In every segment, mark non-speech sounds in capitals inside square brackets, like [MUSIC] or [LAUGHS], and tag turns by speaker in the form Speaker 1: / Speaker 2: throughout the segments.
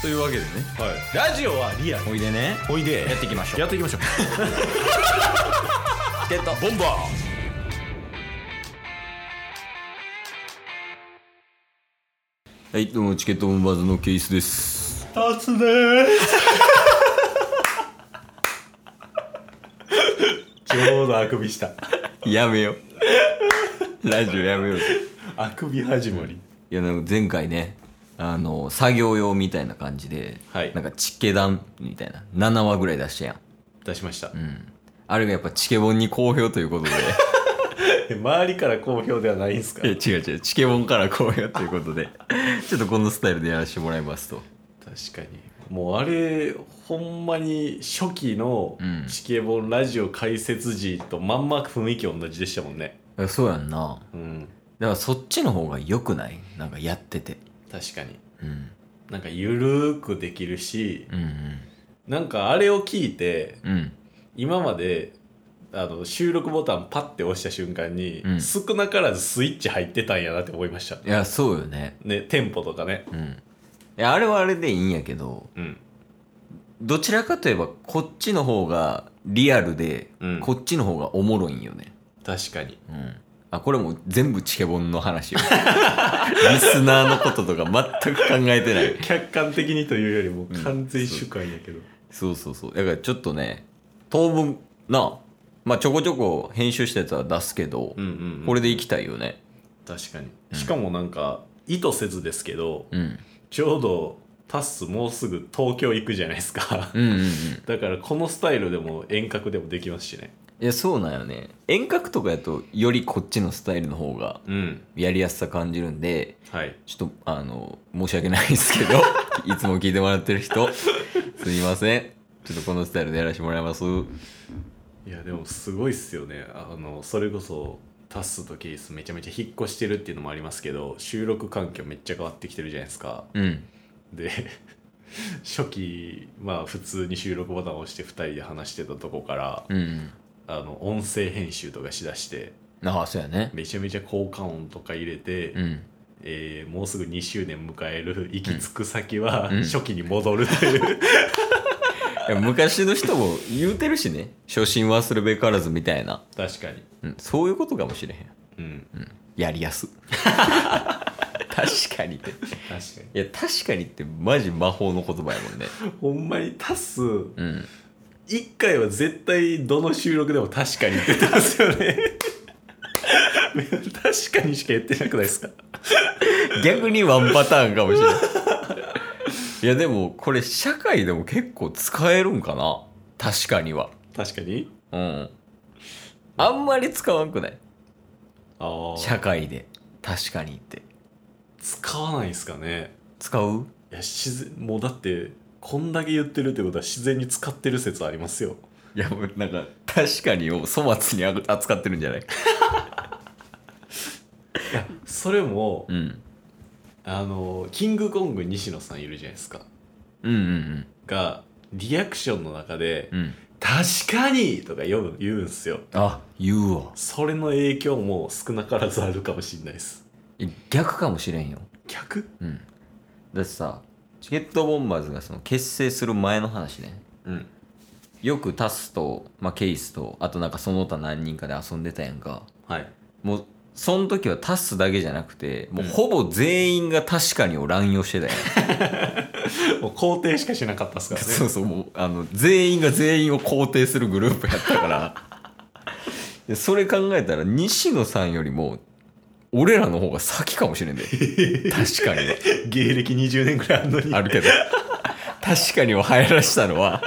Speaker 1: というわけでね
Speaker 2: はい、ラジオはリアル
Speaker 1: おいでね
Speaker 2: おいで
Speaker 1: やっていきましょう
Speaker 2: やっていきましょう
Speaker 1: ってた
Speaker 2: ボンバ
Speaker 1: はいどうもチケットボンバーズのケイスです
Speaker 2: ー立つでーす [LAUGHS] ちょうどあくびした
Speaker 1: やめよう [LAUGHS] ラジオやめようぜ
Speaker 2: あくび始まり
Speaker 1: いやなんか前回ねあの作業用みたいな感じで、
Speaker 2: はい
Speaker 1: なんかチケダンみたいな7話ぐらい出したやん、
Speaker 2: 出しました、
Speaker 1: うん、あれがやっぱチケボンに好評という [LAUGHS] ことで
Speaker 2: え周りから好評ではないんすか
Speaker 1: いや違う違うチケボンから好評ということでちょっとこのスタイルでやらせてもらいますと
Speaker 2: 確かにもうあれほんまに初期の
Speaker 1: うん
Speaker 2: チケボンラジオ解説時とまんま雰囲気同じでしたもんね
Speaker 1: いやそうやんな
Speaker 2: うん
Speaker 1: だからそっちの方が良くないなんかやってて、
Speaker 2: 確かに
Speaker 1: うん、
Speaker 2: なんかゆるーくできるし
Speaker 1: うん
Speaker 2: なんかあれを聞いて
Speaker 1: うんうん
Speaker 2: 今まであの収録ボタンパッて押した瞬間に、
Speaker 1: うん
Speaker 2: 少なからずスイッチ入ってたんやなって思いました
Speaker 1: いやそうよね
Speaker 2: ねテンポとかね
Speaker 1: うんいやあれはあれでいいんやけど
Speaker 2: うん
Speaker 1: どちらかといえばこっちの方がリアルで、
Speaker 2: うん
Speaker 1: こっちの方がおもろいんよね
Speaker 2: 確かに
Speaker 1: うんあこれもう全部チケボンの [LAUGHS] 話よリスナーのこととか全く考えてない
Speaker 2: 客観的にというよりも
Speaker 1: ん
Speaker 2: 完全主観やけど、
Speaker 1: そうそうそうだからちょっとね当分なまあちょこちょこ編集したやつは出すけど、
Speaker 2: うんうんうん
Speaker 1: これでいきたいよね
Speaker 2: 確かに、しかもなんか意図せずですけど
Speaker 1: うん
Speaker 2: ちょうどタッスもうすぐ東京行くじゃないですか、
Speaker 1: うんうんうん
Speaker 2: だからこのスタイルでも遠隔でもできますしね
Speaker 1: いやそうなんよね遠隔とかやとよりこっちのスタイルの方が
Speaker 2: うん
Speaker 1: やりやすさ感じるんで
Speaker 2: はい
Speaker 1: ちょっとあの申し訳ないですけど [LAUGHS] いつも聞いてもらってる人すみませんちょっとこのスタイルでやらせてもらいます
Speaker 2: いやでもすごいっすよねあのそれこそタッスとケイスめちゃめちゃ引っ越してるっていうのもありますけど収録環境めっちゃ変わってきてるじゃないですか
Speaker 1: うん
Speaker 2: で [LAUGHS] 初期まあ普通に収録ボタンを押して2人で話してたとこから
Speaker 1: うん
Speaker 2: あの音声編集とかしだして
Speaker 1: ああそうやね
Speaker 2: めちゃめちゃ効果音とか入れて、
Speaker 1: うん
Speaker 2: えーもうすぐ2周年迎える行き着く先は
Speaker 1: うん
Speaker 2: 初期に戻るという、
Speaker 1: いや昔の人も言うてるしね初心忘るべからずみたいな、
Speaker 2: 確かに
Speaker 1: うん、そういうことかもしれへん、
Speaker 2: うん
Speaker 1: うん、やりやす [LAUGHS] 確かにって
Speaker 2: 確かに
Speaker 1: いや確かにってマジ魔法の言葉やもんね
Speaker 2: ほんまにタス
Speaker 1: うん
Speaker 2: 1回は絶対どの収録でも確かにって言ってますよね [LAUGHS] 確かにしか言ってなくないですか
Speaker 1: 逆にワンパターンかもしれないいやでもこれ社会でも結構使えるんかな確かには
Speaker 2: 確かに
Speaker 1: うんあんまり使わんくない
Speaker 2: ああ
Speaker 1: 社会で確かにって
Speaker 2: 使わないですかね
Speaker 1: 使う
Speaker 2: いや自然もうだってこんだけ言ってるってことは自然に使ってる説ありますよ
Speaker 1: いやもうなんか確かにを粗末にあぐ扱ってるんじゃない
Speaker 2: いやそれも、
Speaker 1: うん
Speaker 2: あのキングコング西野さんいるじゃないですか
Speaker 1: うんうん
Speaker 2: がリアクションの中で
Speaker 1: うんうん
Speaker 2: 「確かに!」とか言うん言うんすよ
Speaker 1: あ言うわ
Speaker 2: それの影響も少なからずあるかもしれないです
Speaker 1: いや逆かもしれんよ
Speaker 2: 逆
Speaker 1: うんだってさチケットボンバーズがその結成する前の話ね
Speaker 2: うん
Speaker 1: よくタスと、まあ、ケイスとあとなんかその他何人かで遊んでたやんか
Speaker 2: はい
Speaker 1: もうその時はタスだけじゃなくてもうほぼ全員が確かにを乱用してたやん、
Speaker 2: もう肯定しかしなかったっすからね
Speaker 1: そうそうもうあの全員が全員を肯定するグループやったからでそれ考えたら西野さんよりも俺らの方が先かもしれんで確かには
Speaker 2: 芸歴20年ぐらいあるのに
Speaker 1: あるけど確かにを流行らしたのは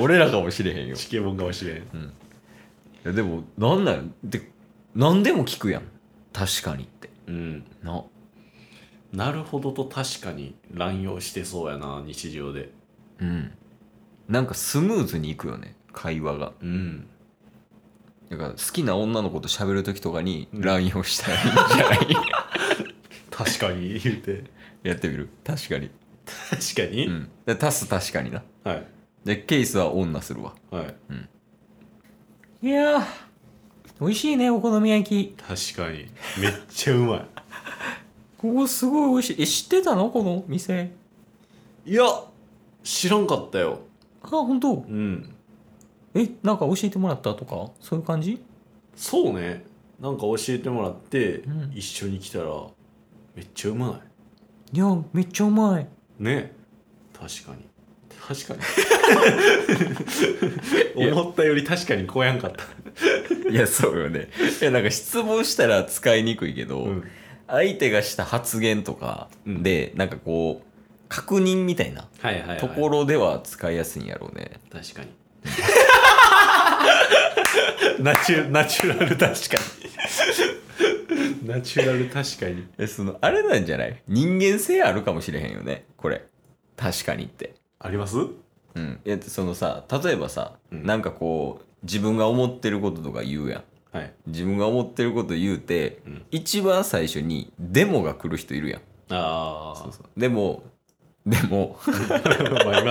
Speaker 1: 俺らかもしれへんよ
Speaker 2: 地形もんかもしれん
Speaker 1: いやでもなんなんやで何でも聞くやん確かにって
Speaker 2: うん
Speaker 1: な
Speaker 2: なるほどと確かに乱用してそうやな日常で
Speaker 1: うんなんかスムーズにいくよね会話が
Speaker 2: うん
Speaker 1: だから好きな女の子と喋る時とかに
Speaker 2: うん
Speaker 1: LINE をしたらいいんじ [LAUGHS] ゃない
Speaker 2: 確かに言うて
Speaker 1: やってみる確かに
Speaker 2: [LAUGHS] 確かに、
Speaker 1: うんで足す確かにな
Speaker 2: はい
Speaker 1: でケースは女するわ
Speaker 2: はい
Speaker 1: いやー美味しいねお好み焼き
Speaker 2: 確かにめっちゃうま
Speaker 1: ここすごい美味しいえ知ってたのこの店
Speaker 2: い [LAUGHS] いや知らんかったよ
Speaker 1: あ本当
Speaker 2: うん
Speaker 1: えなんか教えてもらったとかそういう感じ
Speaker 2: そうねなんか教えてもらって、
Speaker 1: うん
Speaker 2: 一緒に来たらめっちゃうま
Speaker 1: いやめっちゃうまい
Speaker 2: いね確かに確か
Speaker 1: い
Speaker 2: に
Speaker 1: や
Speaker 2: [LAUGHS] 思ったより確かにこやんかった、
Speaker 1: [LAUGHS] いやそうよねいやなんか質問したら使いにくいけど、
Speaker 2: うん
Speaker 1: 相手がした発言とかで、なんかこう確認みたいな
Speaker 2: はいはい、はい、
Speaker 1: ところでは使いやすいんやろうね、
Speaker 2: 確かに [LAUGHS] ナチュナチュラル確かに [LAUGHS] ナチュラル確かに
Speaker 1: えそのあれなんじゃない人間性あるかもしれへんよねこれ確かにって
Speaker 2: あります
Speaker 1: うんいやそのさ例えばさ、
Speaker 2: うん
Speaker 1: なんかこう自分が思ってることとか言うやん
Speaker 2: はい、
Speaker 1: 自分が思ってること言うて
Speaker 2: うん、
Speaker 1: 一番最初にデモが来る人いるやん
Speaker 2: ああ
Speaker 1: そうそうでもでも
Speaker 2: [LAUGHS]
Speaker 1: [LAUGHS]
Speaker 2: まあ今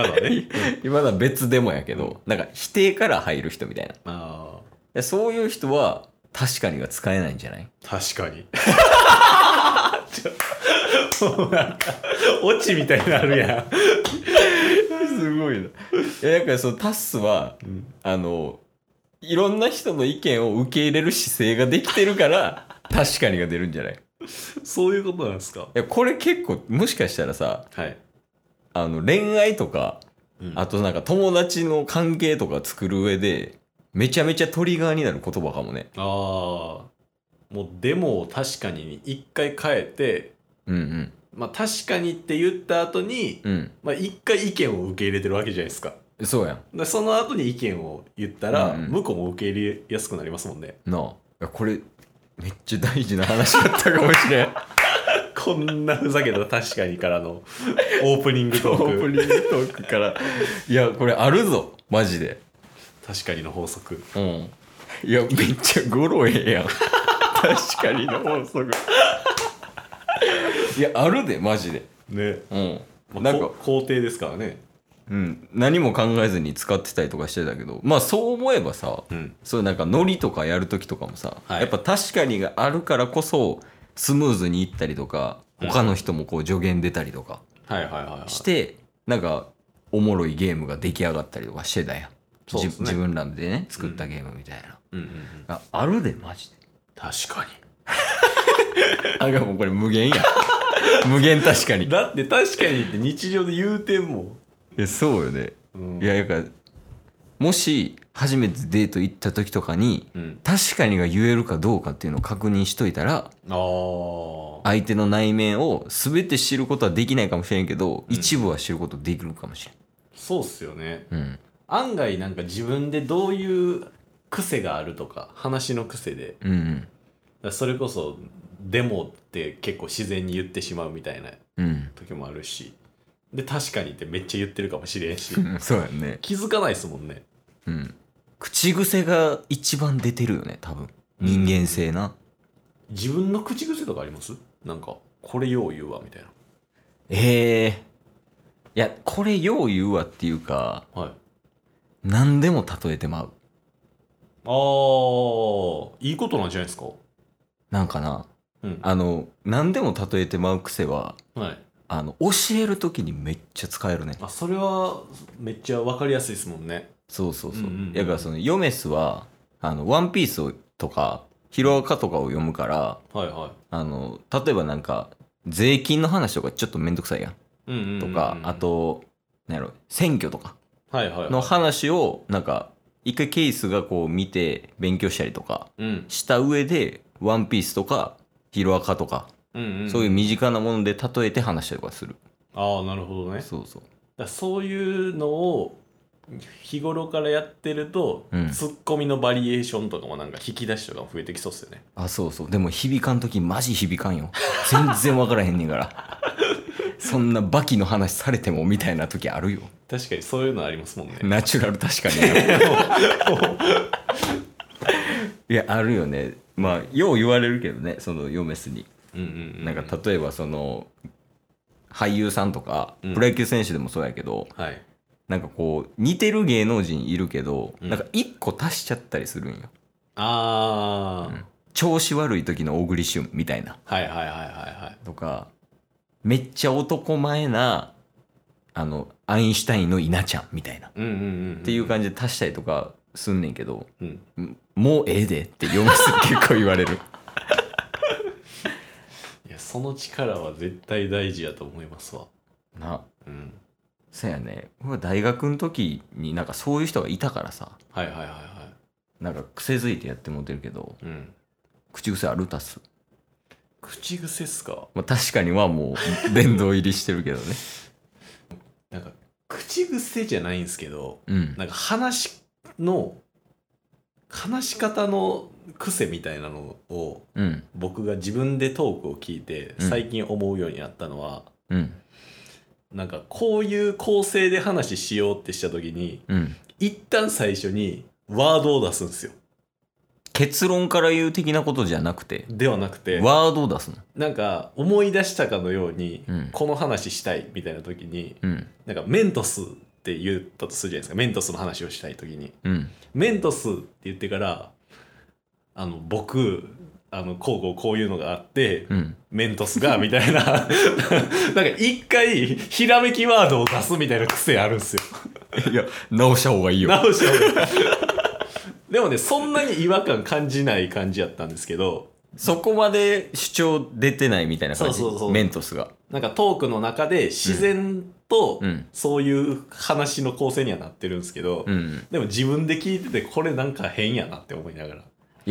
Speaker 2: のはね、
Speaker 1: 今のは別デモやけど、なんか否定から入る人みたいない
Speaker 2: あ
Speaker 1: やそういう人は確かにが使えないんじゃない
Speaker 2: あ確 [LAUGHS] かにちょもうなんかオチみたいになるや
Speaker 1: [LAUGHS] すごいな。いやだからそのタッスは
Speaker 2: ん、うん、
Speaker 1: あのいろんな人の意見を受け入れる姿勢ができてるから [LAUGHS] 確かにが出るんじゃないい
Speaker 2: そういうことなんですか
Speaker 1: やこれ結構もしかしたらさ
Speaker 2: はい、
Speaker 1: あの恋愛とか
Speaker 2: うん
Speaker 1: あとなんか友達の関係とか作る上でめちゃめちゃトリガーになる言葉かもね。
Speaker 2: あーもうでも確かにに一回変えて
Speaker 1: うんうん
Speaker 2: まあ確かにって言った後に、
Speaker 1: うん
Speaker 2: まあ一回意見を受け入れてるわけじゃないですか
Speaker 1: そうや
Speaker 2: でその後に意見を言ったら、
Speaker 1: うんうん
Speaker 2: 向こうも受け入れやすくなりますもんね [LAUGHS]
Speaker 1: んなあいやこれめっちゃ大事な話だったかもしれん。
Speaker 2: こんなふざけた確かにからの [LAUGHS] オープニングト
Speaker 1: [LAUGHS] オ
Speaker 2: ー
Speaker 1: ープ
Speaker 2: ク
Speaker 1: ニングトークからいやこれあるぞマジで。
Speaker 2: 確かにの法則
Speaker 1: うん。いや、めっちゃゴロええやん。確かにの法則。いや、あるで、マジで。
Speaker 2: ね、
Speaker 1: うん。
Speaker 2: ま
Speaker 1: な
Speaker 2: あ、
Speaker 1: ん
Speaker 2: こ
Speaker 1: か、
Speaker 2: 肯定ですからね
Speaker 1: うん、何も考えずに使ってたりとかしてたけど、まあそう思えばさ、
Speaker 2: うん
Speaker 1: そうなんかノリとかやるときとかもさ、
Speaker 2: はい
Speaker 1: やっぱ確かにがあるからこそ、スムーズにいったりとか、
Speaker 2: うん
Speaker 1: 他の人もこう助言出たりとか
Speaker 2: はいはいはい、はい、
Speaker 1: して、なんか、おもろいゲームが出来上がったりとかしてたやん。
Speaker 2: そうですね
Speaker 1: じ自分らでね、作ったゲームみたいな。
Speaker 2: うんうんうん、
Speaker 1: ああるで、マジで。
Speaker 2: 確か
Speaker 1: [LAUGHS] あがもうこれ無限や無限確かに
Speaker 2: に [LAUGHS] だって確かにって日常で言うてんも
Speaker 1: えそうよね
Speaker 2: ん、うん
Speaker 1: いやだからもし初めてデート行った時とかに
Speaker 2: うん、
Speaker 1: 確かにが言えるかどうかっていうのを確認しといたら
Speaker 2: あー
Speaker 1: 相手の内面を全て知ることはできないかもしれんけど、
Speaker 2: うん
Speaker 1: 一部は知ることできるかもし
Speaker 2: そうっすよね
Speaker 1: れんうん
Speaker 2: 案外なんか自分でどういう癖があるとか話の癖で
Speaker 1: うんうん
Speaker 2: だからそれこそデモって結構自然に言ってしまうみたいな
Speaker 1: うん
Speaker 2: 時もあるしで確かにってめっちゃ言ってるかもしれ
Speaker 1: [LAUGHS]
Speaker 2: んし
Speaker 1: そうやね
Speaker 2: 気づかないですもんね
Speaker 1: うん口癖が一番出てるよね多分人間性な、
Speaker 2: 自分の口癖とかありますなんかこれよう言うわみたい
Speaker 1: ええいやこれよう言うわっていうか
Speaker 2: なはい
Speaker 1: 何でも例えてまう
Speaker 2: あーいいことなんじゃないですか
Speaker 1: なんかな
Speaker 2: うん
Speaker 1: あの何でも例えてまう癖は
Speaker 2: はい
Speaker 1: あの教える時にめっちゃ使えるね
Speaker 2: あそれはめっちゃ分かりやすいですもんね
Speaker 1: そうそうそう,、
Speaker 2: うんうんうん
Speaker 1: だからそのヨメスは「あのワンピースをとか「ヒロアカ」とかを読むから
Speaker 2: はいは
Speaker 1: あの例えばなんか税金の話とかちょっとめんどくさいやん
Speaker 2: いうんうんうんう
Speaker 1: と
Speaker 2: ん
Speaker 1: か、あとなんやろ選挙とか
Speaker 2: はいはいはい
Speaker 1: の話をなんか一回ケースがこう見て勉強したりとか
Speaker 2: うん
Speaker 1: した上で「ワンピースとか「ヒロアカ」とか、
Speaker 2: うんうん
Speaker 1: そういう身近なもので例えて話したりとかする、
Speaker 2: ああなるほどね
Speaker 1: そうそう
Speaker 2: だからそういうのを日頃からやってると、
Speaker 1: うん
Speaker 2: ツッコミのバリエーションとかもなんか引き出しとかも増えてきそうっすよね
Speaker 1: あそうそうでも響かん時マジ響かんよ [LAUGHS] 全然分からへんねんから [LAUGHS] そんなバキの話されてもみたいな時あるよ
Speaker 2: 確かにそういうのありますもんね
Speaker 1: ナチュラル確かにいやあるよねまあよう言われるけどねそのヨメスに
Speaker 2: [LAUGHS] うんうんう
Speaker 1: なんか例えばその俳優さんとか
Speaker 2: うん
Speaker 1: プロ野球選手でもそうやけど、
Speaker 2: はい
Speaker 1: なんかこう似てる芸能人いるけど、
Speaker 2: うん
Speaker 1: なんか一個足しちゃったりするんよ
Speaker 2: あー、
Speaker 1: 調子悪い時の小栗旬みたいな
Speaker 2: はいはいはいはいはい
Speaker 1: とかめっちゃ男前なあのアインシュタインの稲ちゃんみたいなっ
Speaker 2: うんうんうんうん。って
Speaker 1: いう
Speaker 2: じ。
Speaker 1: 感じで足したりとかすんねんけど、
Speaker 2: うん。
Speaker 1: もうええでって読
Speaker 2: [LAUGHS]
Speaker 1: む人結構言われる
Speaker 2: いや、その力は絶対大事やと思いますわ。
Speaker 1: な
Speaker 2: うん。
Speaker 1: そうやね僕は大学の時になんかそういう人がいたからさ
Speaker 2: はいはいはいは
Speaker 1: なんか癖づいてやってもってるけど
Speaker 2: い。うん。
Speaker 1: 口癖ある足す、
Speaker 2: 口癖っすか
Speaker 1: まあ、確かにはもう殿堂入りしてるけどね
Speaker 2: なんか、口癖じゃないんですけど、
Speaker 1: うん
Speaker 2: なんか話の、話し方の癖みたいなのを、
Speaker 1: うん
Speaker 2: 僕が自分でトークを聞いて、
Speaker 1: うん
Speaker 2: 最近思うようになったのは、
Speaker 1: うん
Speaker 2: なんかこういう構成で話しようってした時に
Speaker 1: うん
Speaker 2: 一旦最初にワードを出すんですよ
Speaker 1: 結論から言う的なことじゃなくて
Speaker 2: ではなくて
Speaker 1: ワードを出すの
Speaker 2: なんか思い出したかのように、
Speaker 1: うん
Speaker 2: この話したいみたいな時に
Speaker 1: うん
Speaker 2: なんかメントスって言ったとするじゃないですかメントスの話をしたい時に
Speaker 1: うん
Speaker 2: メントスって言ってからあの僕あのこうこうこういうのがあって、
Speaker 1: うん
Speaker 2: メントスがみたいな [LAUGHS] なんか一回ひらめきワードを出すみたいな癖あるんですよ
Speaker 1: いや直した方がいいよ
Speaker 2: 直しようでもねそんなに違和感感じない感じやったんですけど
Speaker 1: そこまで主張出てないみたいな感じ
Speaker 2: そうそうそう
Speaker 1: メントスが
Speaker 2: なんかトークの中で自然と
Speaker 1: うん
Speaker 2: そういう話の構成にはなってるんですけど、
Speaker 1: うん
Speaker 2: でも自分で聞いててこれなんか変やなって思いながら
Speaker 1: い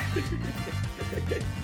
Speaker 3: す